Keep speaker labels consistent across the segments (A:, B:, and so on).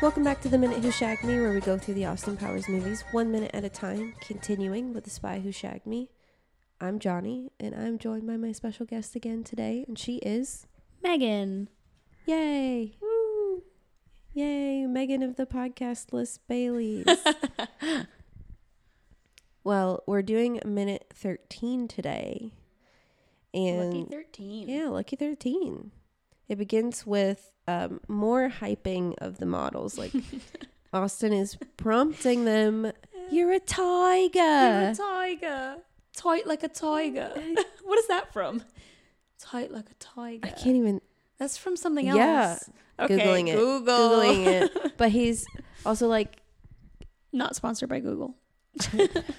A: Welcome back to The Minute Who Shagged Me, where we go through the Austin Powers movies one minute at a time, continuing with The Spy Who Shagged Me. I'm Johnny, and I'm joined by my special guest again today, and she is
B: Megan.
A: Yay! Woo! Yay, Megan of the podcast list, Bailey's. well, we're doing minute 13 today. And
B: Lucky 13.
A: yeah, lucky 13. It begins with um, more hyping of the models. Like, Austin is prompting them, You're a tiger.
B: You're a tiger. Tight like a tiger. what is that from? Tight like a tiger.
A: I can't even
B: That's from something else.
A: Yeah.
B: Okay,
A: Googling it.
B: Google.
A: Googling it. But he's also like,
B: Not sponsored by Google.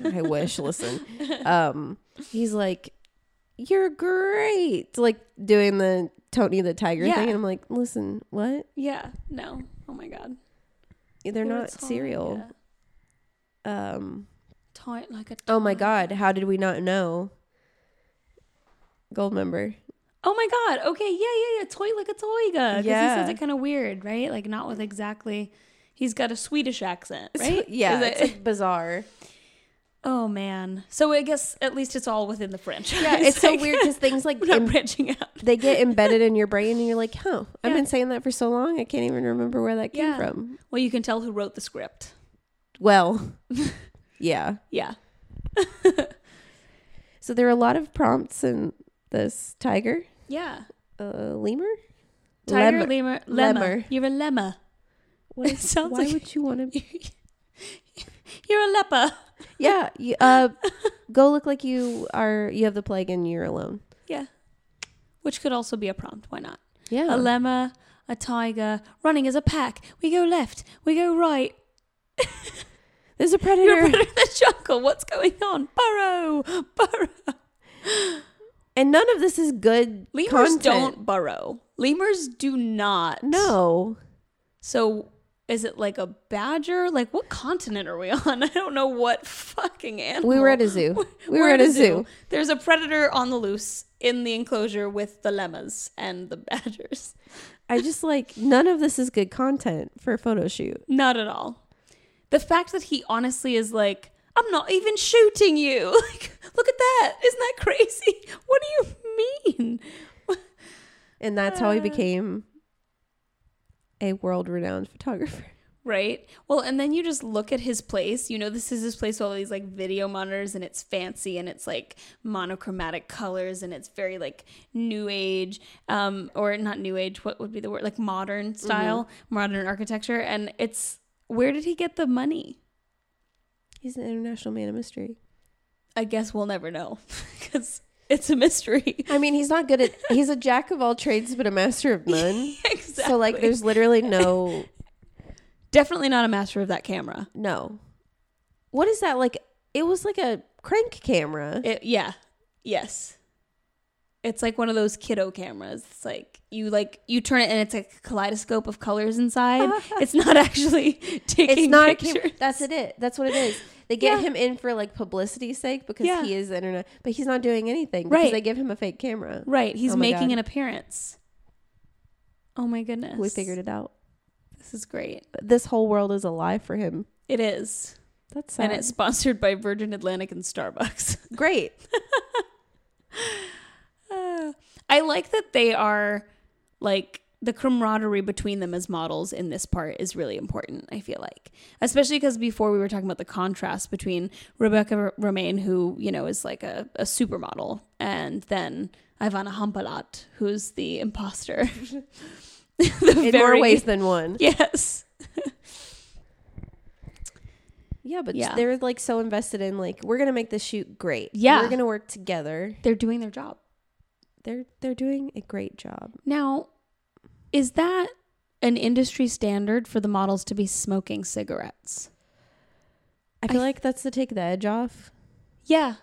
A: I wish, listen. Um, he's like, You're great. Like, doing the Tony the Tiger
B: Yeah.
A: thing. And I'm like, Listen, what?
B: Yeah. No. Oh my god.
A: They're
B: You're a
A: not cereal.
B: tiger.
A: Um,
B: Tight like a.
A: Oh my
B: tiger.
A: god, how did we not know? Gold member.
B: Oh my god. Okay. Yeah. Yeah. Yeah. Toy like a toy. Because he
A: Yeah.
B: says it kind of weird, right? Like not with exactly. He's got a Swedish accent, right?
A: yeah,
B: Is
A: it's
B: it-
A: like bizarre.
B: oh man. So I guess at least it's all within the franchise.
A: Yeah, it's so
B: Like,
A: weird because things like
B: We're not
A: em-
B: branching out.
A: they get embedded in your brain, and you're like, "Huh, I've
B: Yeah.
A: been saying that for so long, I can't even remember where that came
B: Yeah.
A: from."
B: Well, you can tell who wrote the script.
A: Well, yeah.
B: Yeah.
A: So there are a lot of prompts in this tiger,
B: Yeah.
A: uh, lemur,
B: Tiger,
A: Lemur.
B: lemur, lemma.
A: Lemur.
B: You're a lemma.
A: What
B: It sounds
A: why
B: like-
A: would you want to?
B: You're a leper.
A: Yeah, you, uh, go look like you are. You have the plague, and you're alone.
B: Yeah. Which could also be a prompt. Why not?
A: Yeah,
B: A lemma, a tiger, running as a pack. We go left. We go right.
A: there's a predator.
B: You're a predator in the jungle. What's going on? Burrow. Burrow.
A: And none of this is good
B: Lemurs
A: content.
B: don't burrow. Lemurs do not.
A: No.
B: So is it like a badger? Like what continent are we on? I don't know what fucking animal.
A: We were at a zoo. We were at a zoo.
B: There's a predator on the loose in the enclosure with the lemmas and the badgers.
A: I just like none of this is good content for a photo shoot.
B: Not at all. The fact that he honestly is like, I'm not even shooting you. Like, look at that. Isn't that crazy? What do you mean?
A: And that's how he became a world renowned photographer.
B: Right. Well, and then you just look at his place. You know, this is his place with all these like video monitors and it's fancy and it's like monochromatic colors and it's very like new age um or not new age, what would be the word? Like
A: Mm-hmm.
B: modern style, modern architecture and it's where did he get the money?
A: He's an international man of mystery.
B: I guess we'll never know cuz it's a mystery.
A: I mean, he's not good at he's a jack of all trades but a master of none.
B: exactly.
A: So like there's literally no
B: definitely not a master of that camera.
A: no. What is that like it was like a crank camera.
B: It, yeah. Yes. It's like one of those kiddo cameras. It's like you like you turn it and it's like a kaleidoscope of colors inside. it's not actually taking
A: Ah. it's not a
B: pictures.
A: camera. That's it, it. That's what it is. They get
B: Yeah.
A: him in for like publicity's sake because
B: Yeah.
A: he is the internet, but he's not doing anything because
B: Right.
A: they give him a fake camera.
B: Right. He's
A: Oh my
B: making
A: God.
B: an appearance. Oh my goodness.
A: We figured it out.
B: This is great.
A: This whole world is a lie for him.
B: It is.
A: That's sad.
B: And it's sponsored by Virgin Atlantic and Starbucks.
A: great.
B: Uh, I like that they are like the camaraderie between them as models in this part is really important, I feel like. Especially because before we were talking about the contrast between Rebecca R- Romaine, who, you know, is like a, a supermodel, and then Ivana Hampalat, who's the imposter. the
A: In more ways than one.
B: Yes.
A: Yeah, but
B: Yeah.
A: they're like so invested in like we're gonna make this shoot great.
B: Yeah.
A: we're gonna work together.
B: They're doing their job.
A: They're they're doing a great job.
B: Now, is that an industry standard for the models to be smoking cigarettes?
A: I feel like that's to take the edge off.
B: Yeah,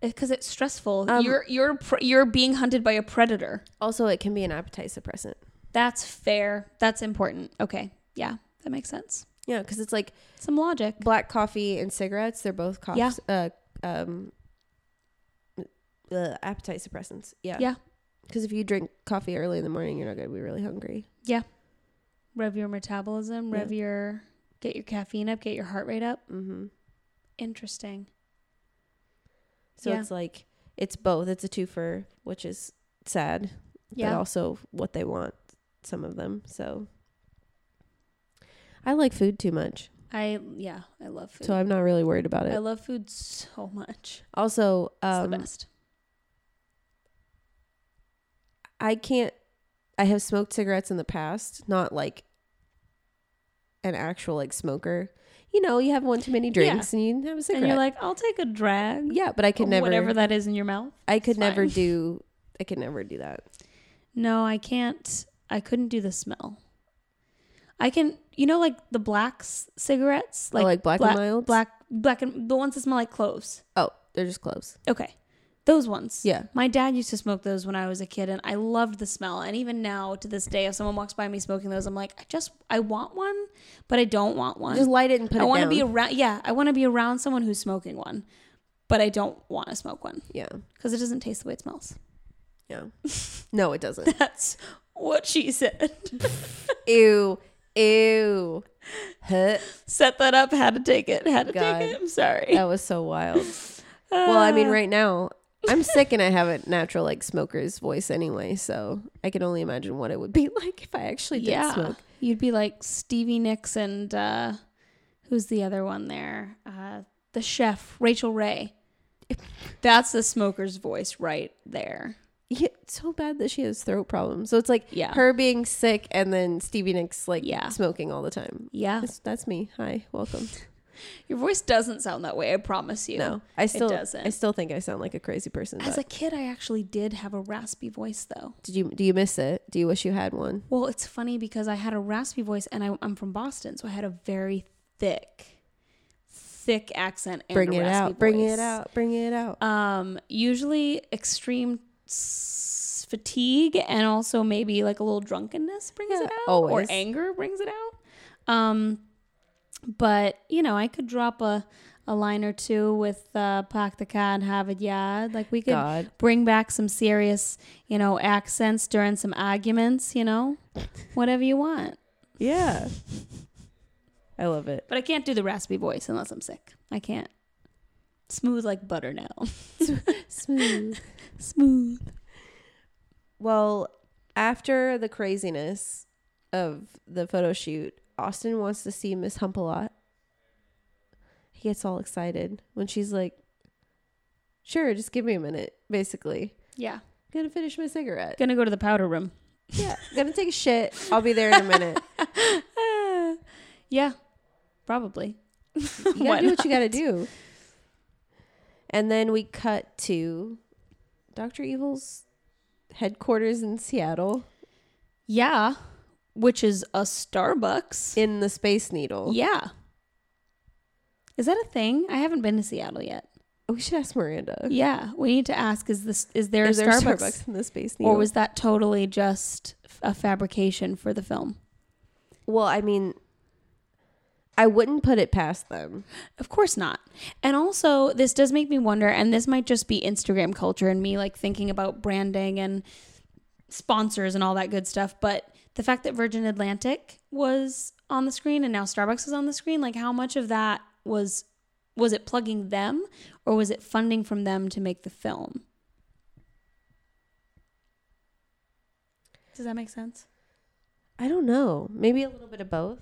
B: because it's stressful.
A: Um,
B: you're you're pr- you're being hunted by a predator.
A: Also, it can be an appetite suppressant.
B: That's fair. That's important. Okay. Yeah, that makes sense.
A: Yeah, because it's like
B: Some logic.
A: black coffee and cigarettes they're both coughs,
B: Yeah.
A: uh, um, uh, appetite suppressants yeah
B: Yeah.
A: because if you drink coffee early in the morning you're not going to be really hungry
B: Yeah. rev your metabolism, rev your get your caffeine up, get your heart rate up.
A: Mm-hmm.
B: Interesting.
A: So
B: Yeah.
A: it's like it's both. It's a twofer, which is sad, but
B: Yeah.
A: also what they want. Some of them. So I like food too much,
B: I yeah, I love food.
A: so I'm not really worried about
B: I
A: it.
B: love food so much.
A: Also,
B: It's the
A: um,
B: best.
A: I can't. I have smoked cigarettes in the past, not like an actual like smoker. You know, you have one too many drinks and you have a cigarette.
B: And you're like, I'll take a drag.
A: yeah, but I could
B: of
A: never.
B: whatever that is in your mouth.
A: I could
B: It's
A: never
B: fine.
A: do. I could never do that.
B: No, I can't. I couldn't do the smell. I can, you know, like the black s- cigarettes,
A: Like,
B: like,
A: like black,
B: black-
A: and milds.
B: black, black, and the ones that smell like cloves.
A: Oh, they're just cloves.
B: Okay, those ones.
A: Yeah.
B: My dad used to smoke those when I was a kid, and I loved the smell. And even now, to this day, if someone walks by me smoking those, I'm like, I just, I want one, but I don't want one.
A: Just light it and put
B: I
A: it
B: want
A: down.
B: to be around. Yeah, I want to be around someone who's smoking one, but I don't want to smoke one
A: yeah,
B: because it doesn't taste the way it smells.
A: yeah. No, it doesn't.
B: That's what she said.
A: ew, ew. Huh.
B: set that up, had to take it, had to
A: God.
B: take it. I'm sorry.
A: That was so wild. Well, I mean, right now I'm sick and I have a natural like smoker's voice anyway, so I can only imagine what it would be like if I actually did
B: yeah,
A: smoke.
B: you'd be like Stevie Nicks and uh, who's the other one there? Uh, the chef, Rachel Ray. That's the smoker's voice right there.
A: Yeah, it's so bad that she has throat problems. So it's like
B: Yeah.
A: her being sick and then Stevie Nicks like
B: Yeah.
A: smoking all the time.
B: yeah,
A: That's, that's me. Hi, welcome.
B: your voice doesn't sound that way. I promise you.
A: No, I still
B: doesn't.
A: I still think I sound like a crazy person.
B: As
A: but-
B: a kid, I actually did have a raspy voice, though.
A: did you do you miss it? Do you wish you had one?
B: Well, it's funny because I had a raspy voice, and I, I'm from Boston, so I had a very thick, thick accent. And
A: Bring
B: a
A: it
B: raspy
A: out. Bring
B: voice.
A: it out. Bring it out.
B: um usually extreme s- fatigue and also maybe like a little drunkenness brings
A: Yeah,
B: it out
A: always.
B: or anger brings it out um but you know i could drop a a line or two with uh pack the cad have it yeah like we could
A: God.
B: bring back some serious you know accents during some arguments you know whatever you want
A: Yeah. I love it.
B: but i can't do the raspy voice unless i'm sick i can't smooth like butter now
A: Smooth.
B: smooth
A: Well, after the craziness of the photo shoot, Austin wants to see Miss Hump a lot. He gets all excited when she's like, Sure, just give me a minute, basically.
B: yeah
A: Gonna finish my cigarette.
B: Gonna go to the powder room.
A: Yeah, gonna take a shit. I'll be there in a minute.
B: yeah, probably.
A: You gotta
B: Why
A: do what you gotta do. And then we cut to Dr. Evil's headquarters in Seattle
B: Yeah, which is a Starbucks.
A: in the Space Needle.
B: Yeah. Is that a thing? I haven't been to Seattle yet.
A: We should ask Miranda.
B: Yeah, we need to ask: Is this is there
A: Is
B: a
A: there a
B: Starbucks,
A: Starbucks in the Space Needle?
B: or was that totally just a fabrication for the film?
A: Well, I mean, I wouldn't put it past them.
B: Of course not. And also, this does make me wonder, and this might just be Instagram culture and me like thinking about branding and sponsors and all that good stuff. But the fact that Virgin Atlantic was on the screen and now Starbucks is on the screen, like how much of that was was it plugging them or was it funding from them to make the film? Does that make sense?
A: I don't know. Maybe a little bit of both.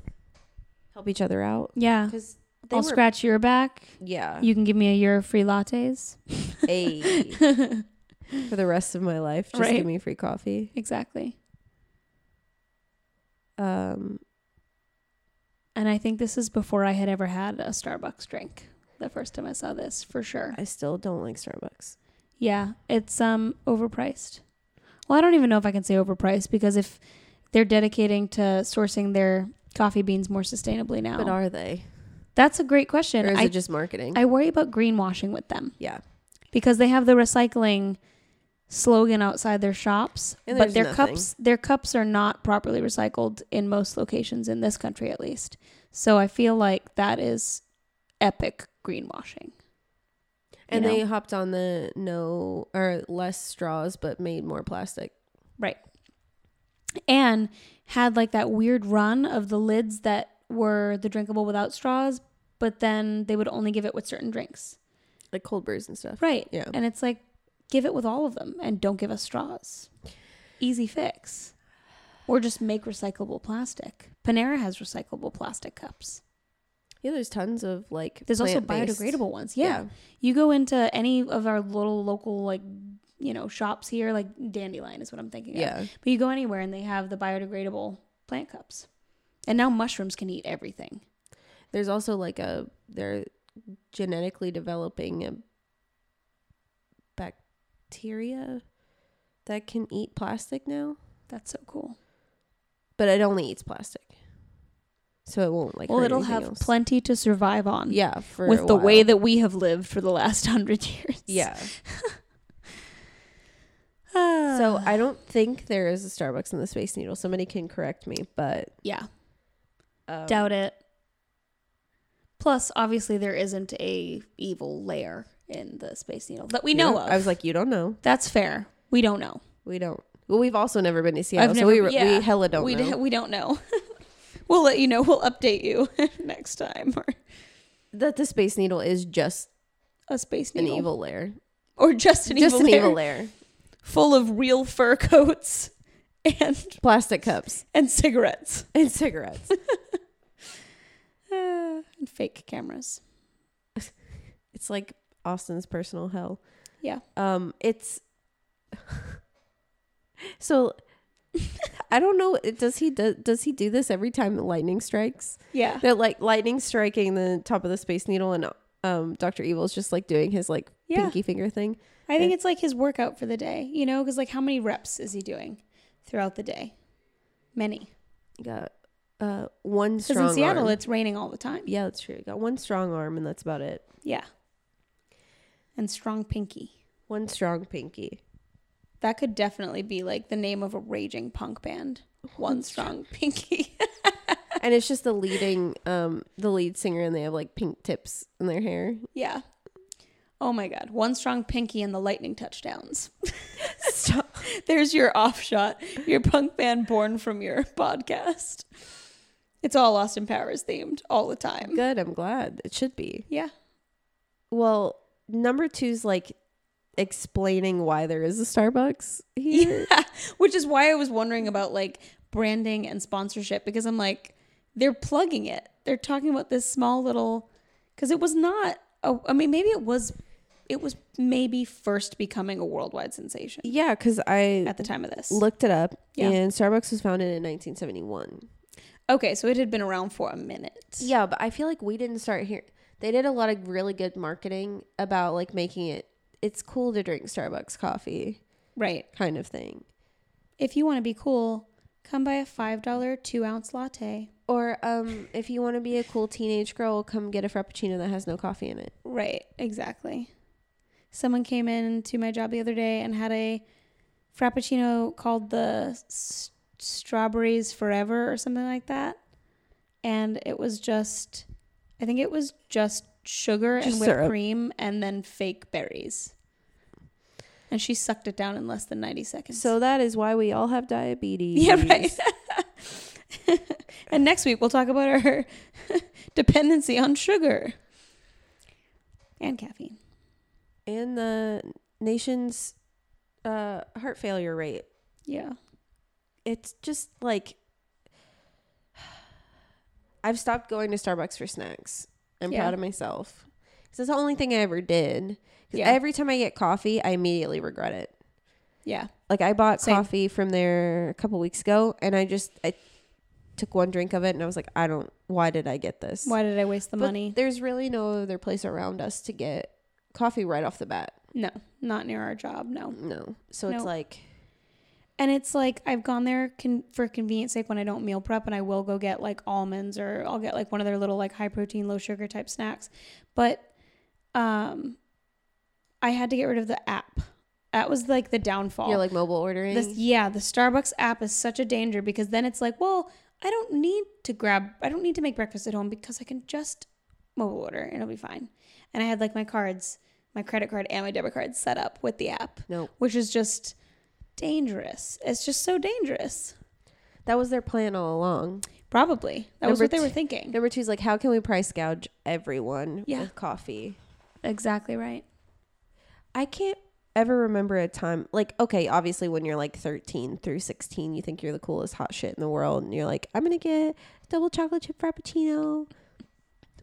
A: Help each other out
B: Yeah.
A: because they
B: I'll
A: were.
B: scratch your back.
A: yeah,
B: You can give me a year of free lattes.
A: a for the rest of my life. Just
B: Right.
A: give me free coffee.
B: Exactly.
A: Um,
B: And I think this is before I had ever had a Starbucks drink. The first time I saw this, for sure.
A: I still don't like Starbucks.
B: Yeah, it's um overpriced. Well, I don't even know if I can say overpriced because if they're dedicating to sourcing their coffee beans more sustainably now,
A: But are they,
B: that's a great
A: or
B: question.
A: is
B: I,
A: it just marketing?
B: I worry about greenwashing with them
A: yeah,
B: because they have the recycling slogan outside their shops,
A: And
B: but
A: there's
B: their
A: nothing.
B: cups their cups are not properly recycled in most locations in this country at least. So I feel like that is epic greenwashing.
A: and
B: you know.
A: they hopped on the no or less straws, but made more plastic.
B: Right. and had like that weird run of the lids that were the drinkable without straws, but then they would only give it with certain drinks.
A: like cold brews and stuff.
B: Right.
A: Yeah.
B: And it's like, give it with all of them and don't give us straws. Easy fix. Or just make recyclable plastic. Panera has recyclable plastic cups.
A: Yeah, there's tons of like.
B: There's also
A: plant-based-
B: biodegradable ones. yeah. You go into any of our little local like you know shops here, like Dandelion is what I'm thinking. of.
A: Yeah.
B: But you go anywhere and they have the biodegradable plant cups, and now mushrooms can eat everything.
A: There's also like a they're genetically developing a bacteria that can eat plastic now,
B: That's so cool.
A: but it only eats plastic, so it won't like.
B: well,
A: hurt
B: it'll
A: anything
B: have
A: else.
B: plenty to survive on.
A: Yeah, for
B: With
A: a
B: the way
A: while.
B: that we have lived for the last hundred years.
A: Yeah.
B: Ah.
A: So I don't think there is a Starbucks in the Space Needle. Somebody can correct me, but
B: yeah,
A: um,
B: doubt it. Plus, obviously, there isn't a evil layer in the Space Needle that we
A: you
B: know
A: don't-
B: of.
A: I was like, you don't know.
B: That's fair. We don't know.
A: We don't. Well, we've also never been to Seattle, so
B: never-
A: we, re-
B: yeah.
A: we hella don't
B: we
A: know.
B: d- we don't know. we'll let you know. We'll update you next time. Or
A: that the Space Needle is just
B: a space
A: an
B: needle,
A: evil lair,
B: or just an
A: just
B: evil,
A: an
B: lair
A: evil lair,
B: full of real fur coats and
A: plastic cups
B: and cigarettes
A: and cigarettes.
B: Uh, and fake cameras.
A: it's like Austin's personal hell.
B: Yeah.
A: Um. It's so. I don't know. it- Does he do, does he do this every time the lightning strikes?
B: Yeah,
A: They're like lightning striking the top of the space needle, and um, Doctor Evil's just like doing his like
B: Yeah.
A: pinky finger thing.
B: I think it's like his workout for the day. You know, because like how many reps is he doing throughout the day? Many.
A: You got uh one
B: Because
A: strong
B: in Seattle,
A: arm.
B: it's raining all the time.
A: Yeah, that's true. You got one strong arm, and that's about it.
B: Yeah. And strong pinky.
A: One strong pinky.
B: That could definitely be like the name of a raging punk band. One strong pinky.
A: and it's just the leading um the lead singer and they have like pink tips in their hair
B: yeah. Oh my god. One strong pinky and the lightning touchdowns.
A: Stop.
B: There's your offshot. Your punk band born from your podcast. It's all Austin Powers themed all the time.
A: good i'm glad it should be
B: Yeah.
A: well number two's like explaining why there is a starbucks here
B: Yeah. Which is why I was wondering about like branding and sponsorship because I'm like, they're plugging it. They're talking about this small little, because it was not. Oh, I mean, maybe it was. It was maybe first becoming a worldwide sensation
A: yeah because i
B: at the time of this.
A: looked it up
B: Yeah.
A: and starbucks was founded in 1971
B: Okay, so it had been around for a minute.
A: yeah but i feel like we didn't start here they did a lot of really good marketing about like making it it's cool to drink starbucks coffee
B: Right.
A: kind of thing
B: If you want to be cool, come buy a five dollar two ounce latte.
A: Or um, if you want to be a cool teenage girl, come get a frappuccino that has no coffee in it.
B: Right. Exactly. Someone came in to my job the other day and had a frappuccino called the S- Strawberries Forever or something like that, and it was just, I think it was just sugar and
A: Just
B: whipped
A: syrup.
B: cream and then fake berries. And she sucked it down in less than ninety seconds.
A: So that is why we all have diabetes.
B: Yeah, right. and next week we'll talk about our dependency on sugar and caffeine.
A: And the nation's uh, heart failure rate.
B: Yeah.
A: It's just like I've stopped going to Starbucks for snacks. I'm
B: Yeah.
A: proud of myself. 'Cause It's the only thing I ever did. 'Cause
B: Yeah.
A: Every time I get coffee, I immediately regret it.
B: Yeah.
A: Like I bought
B: Same.
A: coffee from there a couple weeks ago, and I just I took one drink of it, and I was like, I don't. Why did I get this?
B: Why did I waste the
A: But
B: money?
A: There's really no other place around us to get coffee right off the bat.
B: No, not near our job. No.
A: No, so
B: No.
A: it's like
B: And it's like I've gone there con- for convenience sake when I don't meal prep, and I will go get like almonds or I'll get like one of their little like high protein, low sugar type snacks. But um, I had to get rid of the app. That was like the downfall.
A: you're like mobile ordering.
B: This, yeah, the Starbucks app is such a danger because then it's like, well, I don't need to grab, I don't need to make breakfast at home because I can just mobile order and it'll be fine. And I had like my cards, my credit card and my debit card set up with the app,
A: no,
B: which is just dangerous. It's just so dangerous.
A: That was their plan all along.
B: Probably. That was
A: Number
B: what they
A: t-
B: were thinking.
A: Number two is like, how can we price gouge everyone
B: Yeah.
A: with coffee?
B: Exactly right.
A: I can't ever remember a time like okay obviously when you're like 13 through 16 you think you're the coolest hot shit in the world and you're like i'm gonna get double chocolate chip frappuccino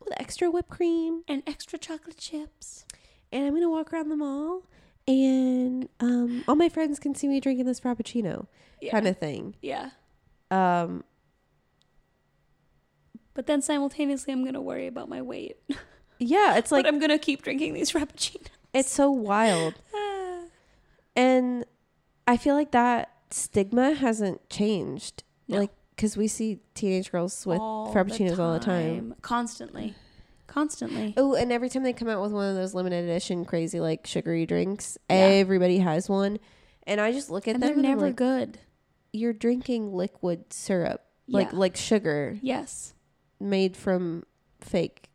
A: with extra whipped cream
B: And extra chocolate chips.
A: and i'm gonna walk around the mall and um, all my friends can see me drinking this frappuccino
B: Yeah.
A: kind of thing
B: yeah.
A: um,
B: But then simultaneously, I'm going to worry about my weight.
A: yeah it's like
B: but I'm going to keep drinking these Frappuccinos.
A: it's so wild
B: Ah.
A: And I feel like that stigma hasn't changed.
B: No.
A: Like, because we see teenage girls with
B: All the
A: Frappuccinos all the time.
B: Constantly. Constantly.
A: Oh, and every time they come out with one of those limited edition crazy, like, sugary drinks,
B: Yeah.
A: everybody has one. And I just look at
B: and
A: them
B: they're
A: and I'm
B: never
A: like,
B: good.
A: you're drinking liquid syrup, like
B: Yeah.
A: like sugar
B: Yes.
A: made from fake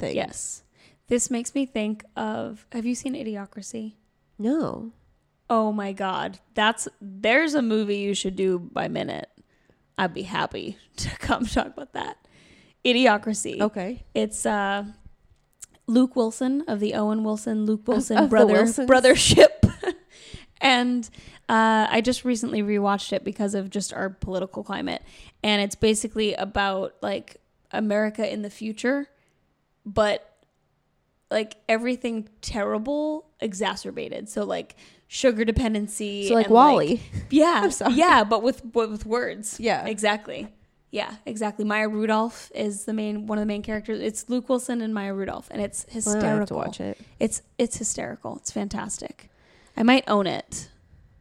A: things.
B: Yes. This makes me think of have you seen Idiocracy?
A: No.
B: Oh my god. That's there's a movie you should do by minute. I'd be happy to come talk about that. Idiocracy.
A: Okay.
B: It's uh Luke Wilson of the Owen Wilson Luke Wilson
A: of the
B: brother
A: Wilsons.
B: brothership. and uh, I just recently rewatched it because of just our political climate, and it's basically about like America in the future, but like everything terrible exacerbated. So like sugar dependency.
A: So, like,
B: and,
A: Wally.
B: yeah.
A: I'm sorry.
B: Yeah, but with but with words.
A: Yeah.
B: Exactly. Yeah, exactly. Maya Rudolph is the main one of the main characters. It's Luke Wilson and Maya Rudolph, and it's
A: Well,
B: hysterical.
A: I have to watch it.
B: It's it's hysterical. It's fantastic. I might own it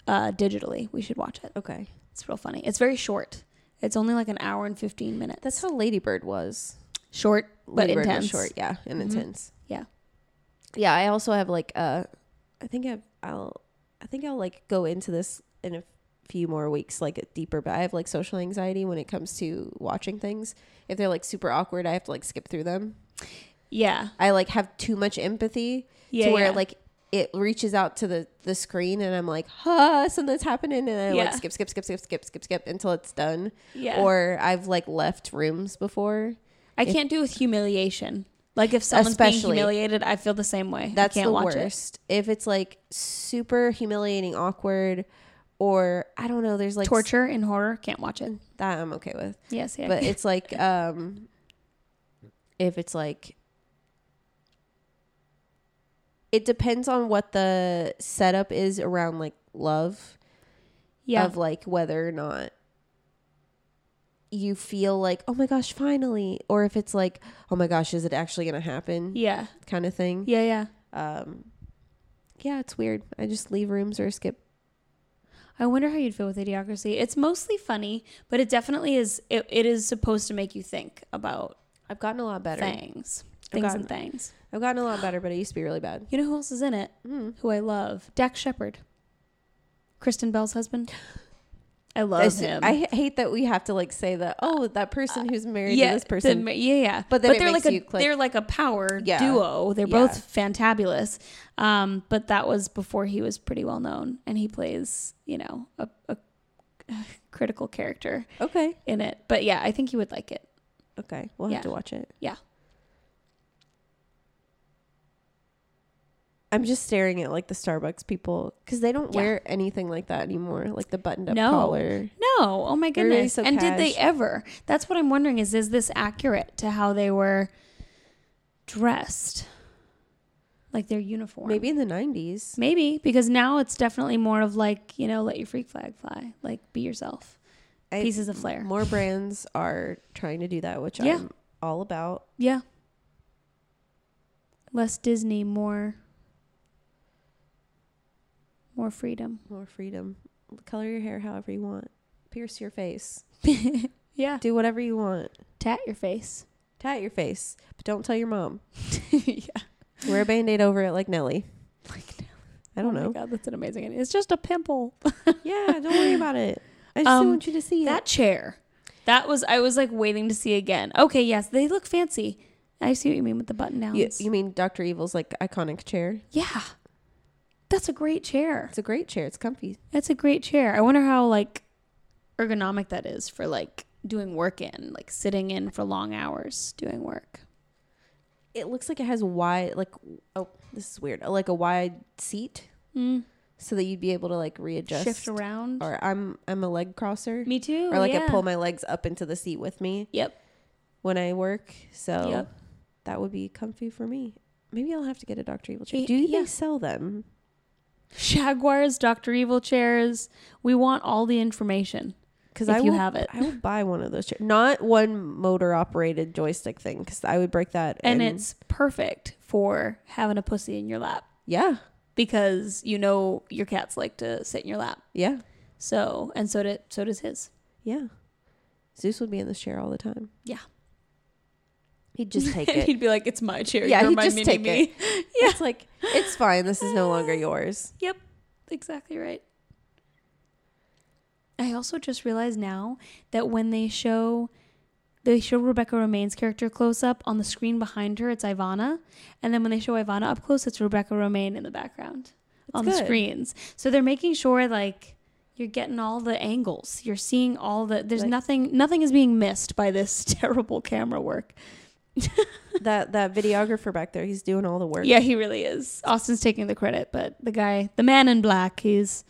B: uh, digitally. We should watch it.
A: Okay.
B: It's real funny. It's very short. It's only like an hour and fifteen minutes.
A: That's how Ladybird was.
B: short but
A: Lady Bird was
B: intense.
A: short, yeah, and
B: Mhm.
A: intense.
B: Yeah.
A: Yeah, I also have like uh I think I've, I'll I think I'll like go into this in a few more weeks like a deeper but I have like social anxiety when it comes to watching things. If they're like super awkward, I have to like skip through them.
B: Yeah.
A: I like have too much empathy
B: Yeah.
A: to where
B: yeah.
A: like it reaches out to the the screen and I'm like, "Huh, something's happening." And I
B: Yeah.
A: like skip skip skip skip skip skip skip until it's done.
B: yeah.
A: Or I've like left rooms before.
B: I can't do with humiliation. Like if someone's being
A: Especially.
B: humiliated, I feel the same way. I
A: That's
B: can't
A: the
B: watch it.
A: worst. If it's like super humiliating, awkward, or I don't know, there's like
B: torture and horror can't watch it
A: that I'm okay with.
B: yes yeah
A: But it's like um if it's like it depends on what the setup is around like love
B: yeah
A: of like whether or not you feel like oh my gosh finally or if it's like oh my gosh is it actually going to happen
B: yeah
A: kind of thing
B: yeah yeah
A: um yeah it's weird i just leave rooms or skip
B: i wonder how you'd feel with idiocracy it's mostly funny but it definitely is it, it is supposed to make you think about
A: i've gotten a lot better
B: things
A: I've
B: things
A: gotten-
B: and things
A: i've gotten a lot better but i used to be really bad
B: you know who else is in it
A: mm.
B: who i love dax shepard kristen bell's husband i
A: I,
B: love
A: s-
B: him
A: I h- hate that we have to like say that oh that person who's married
B: yeah,
A: to this
B: the
A: person
B: ma- yeah, yeah.
A: But then it
B: they're
A: makes
B: like
A: you
B: a
A: click.
B: they're like a power
A: Yeah.
B: duo. They're
A: Yeah.
B: both fantabulous. Um, but that was before he was pretty well known, and he plays you know a, a, a critical character
A: okay
B: in it. But yeah, I think you would like it.
A: okay we'll
B: Yeah.
A: have to watch it
B: Yeah.
A: i'm just staring at like the starbucks people because they don't
B: Yeah.
A: wear anything like that anymore like the buttoned up
B: No.
A: collar
B: No, oh my
A: They're really
B: goodness.
A: so
B: and did they
A: cash.
B: ever? That's what I'm wondering. Is is this accurate to how they were dressed, like their uniform?
A: maybe in the 90s
B: Maybe because now it's definitely more of like you know, let your freak flag fly, like be yourself,
A: I-
B: pieces of flair.
A: more brands are trying to do that which
B: Yeah.
A: i'm all about
B: Yeah. Less Disney, more more freedom.
A: more freedom. Color your hair however you want. Pierce your face.
B: Yeah.
A: Do whatever you want.
B: Tat your face.
A: Tat your face, but don't tell your mom.
B: yeah.
A: Wear a band-aid over it like Nelly.
B: Like
A: I don't
B: Oh
A: know.
B: my god, that's an amazing idea. It's just a pimple.
A: Yeah, don't worry about it. I just
B: Um,
A: don't want you to see
B: That chair. That was I was like waiting to see again. Okay, yes, they look fancy. I see what you mean with the button
A: it.
B: downs.
A: You, you mean Dr. Evil's like iconic chair?
B: yeah. That's a great chair.
A: It's a great chair. It's comfy.
B: That's a great chair. I wonder how like ergonomic that is for like doing work in, like sitting in for long hours doing work.
A: It looks like it has wide, like oh, this is weird. Like a wide seat,
B: Mm.
A: so that you'd be able to like readjust.
B: Shift around.
A: Or I'm I'm a leg crosser,
B: Me too.
A: or like
B: yeah.
A: I pull my legs up into the seat with me
B: Yep.
A: when I work. So
B: Yep.
A: that would be comfy for me. Maybe I'll have to get a Doctor Evil chair.
B: Y-
A: Do
B: yeah.
A: they sell them?
B: Jaguars, Doctor Evil chairs. We want all the information.
A: Because
B: If
A: I
B: you
A: will-
B: have it.
A: I would buy one of those chairs. Not one motor operated joystick thing, because I would break that.
B: And it's perfect for having a pussy in your lap
A: yeah,
B: because you know your cats like to sit in your lap.
A: yeah,
B: So and so did so does his.
A: yeah. Zeus would be in this chair all the time.
B: Yeah.
A: he'd just take
B: And
A: it.
B: he'd be like, "It's my chair.
A: Yeah,
B: You're
A: he'd
B: my
A: just
B: mini
A: take
B: me."
A: yeah, it's like it's fine. This is no longer yours.
B: Yep, exactly right. I also just realized now that when they show they show Rebecca Romaine's character close up on the screen behind her, it's Ivana, and then when they show Ivana up close, it's Rebecca Romaine in the background on the
A: good.
B: screens. So they're making sure like you're getting all the angles. You're seeing all the there's
A: Like-
B: nothing nothing is being missed by this terrible camera work.
A: that that videographer back there, he's doing all the work.
B: Yeah, he really is. Austin's taking the credit, but the guy, the man in black, he's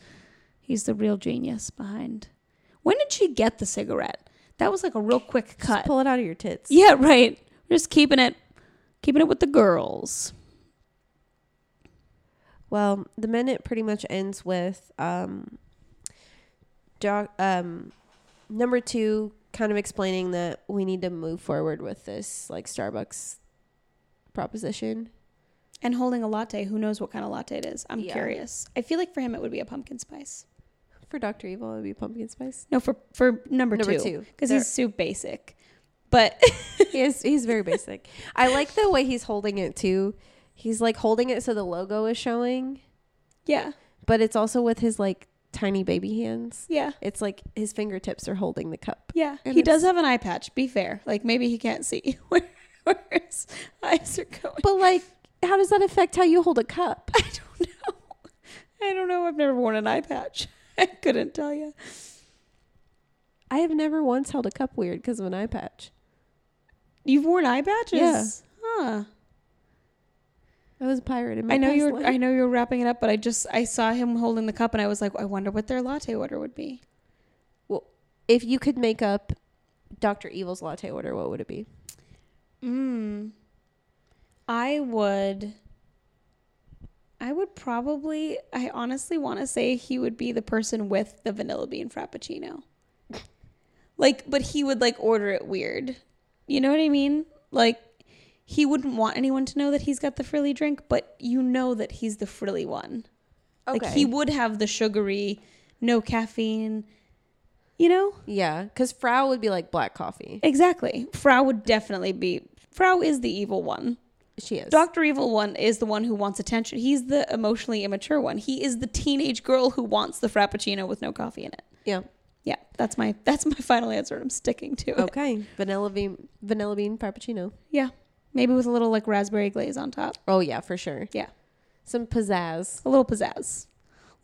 B: he's the real genius behind. When did she get the cigarette? That was like a real quick
A: just
B: cut.
A: pull it out of your tits.
B: Yeah, right. Just keeping it keeping it with the girls.
A: Well, the minute pretty much ends with um, doc, um, number two kind of explaining that we need to move forward with this like Starbucks proposition.
B: And holding a latte, who knows what kind of latte it is? I'm
A: Yeah.
B: curious. I feel like for him it would be a pumpkin spice.
A: For Doctor Evil, it would be pumpkin spice.
B: No, for for number,
A: Number
B: two.
A: two,
B: Because
A: There-
B: he's so basic. But
A: he is, he's very basic. I like the way he's holding it too. He's like holding it so the logo is showing,
B: yeah.
A: but it's also with his like tiny baby hands.
B: Yeah.
A: It's like his fingertips are holding the cup.
B: Yeah,
A: And
B: he does have an eye patch. Be fair, like maybe he can't see where, where his eyes are going.
A: But like, how does that affect how you hold a cup?
B: I don't know. I don't know. I've never worn an eye patch. I couldn't tell you.
A: I have never once held a cup weird because of an eye patch.
B: You've worn eye patches.
A: Yeah.
B: Huh.
A: I was a pirate. In my
B: I know
A: past
B: you were.
A: life.
B: I know you were wrapping it up, but I just I saw him holding the cup, and I was like, I wonder what their latte order would be.
A: if you could make up Doctor Evil's latte order, what would it be?
B: Mm. I would. I would probably. I honestly want to say he would be the person with the vanilla bean frappuccino. Like, but he would like order it weird. You know what I mean? Like, he wouldn't want anyone to know that he's got the frilly drink, but you know that he's the frilly one. Like, he would have the sugary, no caffeine. You know?
A: yeah, because Frau would be like black coffee.
B: Exactly. Frau would definitely be. Frau is the evil one.
A: She is.
B: Dr. Evil one is the one who wants attention. He's the emotionally immature one. He is the teenage girl who wants the frappuccino with no coffee in it.
A: yeah.
B: Yeah, that's my that's my final answer and I'm sticking to it.
A: Okay. Vanilla bean, vanilla bean frappuccino.
B: Yeah. Maybe with a little like raspberry glaze on top.
A: Oh yeah, for sure.
B: Yeah.
A: Some pizzazz
B: A little pizzazz.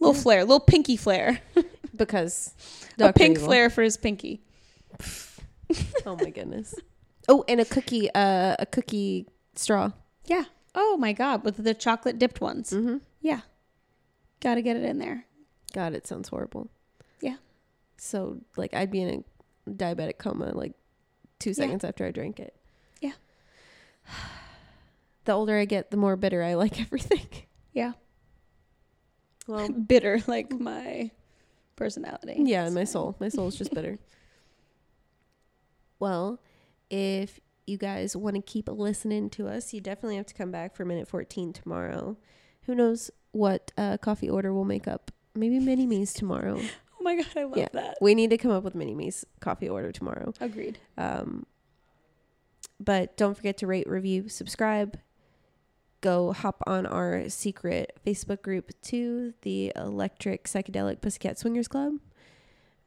B: A little flair, a little pinky flair.
A: because
B: a pink
A: Evil.
B: flair for his pinky.
A: Oh my goodness. Oh, and a cookie, uh, a cookie straw.
B: Yeah. Oh my god, with the chocolate dipped ones.
A: Mm-hmm.
B: Yeah. Got to get it in there.
A: God, it sounds horrible.
B: Yeah.
A: So like I'd be in a diabetic coma like two seconds after I drank it.
B: Yeah.
A: The older I get, the more bitter I like everything.
B: Yeah.
A: Well,
B: Bitter like my personality.
A: Um. yeah,
B: It's
A: my
B: fine.
A: soul. My soul's just bitter. well, if you guys want to keep listening to us, you definitely have to come back for minute 14 tomorrow. Who knows what uh, coffee order we'll make up? Maybe mini me's tomorrow.
B: Oh my god, I love
A: Yeah.
B: that.
A: We need to come up with mini me's coffee order tomorrow.
B: Agreed.
A: Um, but don't forget to rate, review, subscribe. Go hop on our secret Facebook group to the Electric Psychedelic Pussycat Swingers Club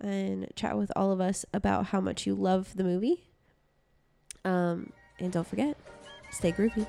A: and chat with all of us about how much you love the movie. Um, and don't forget, stay groovy.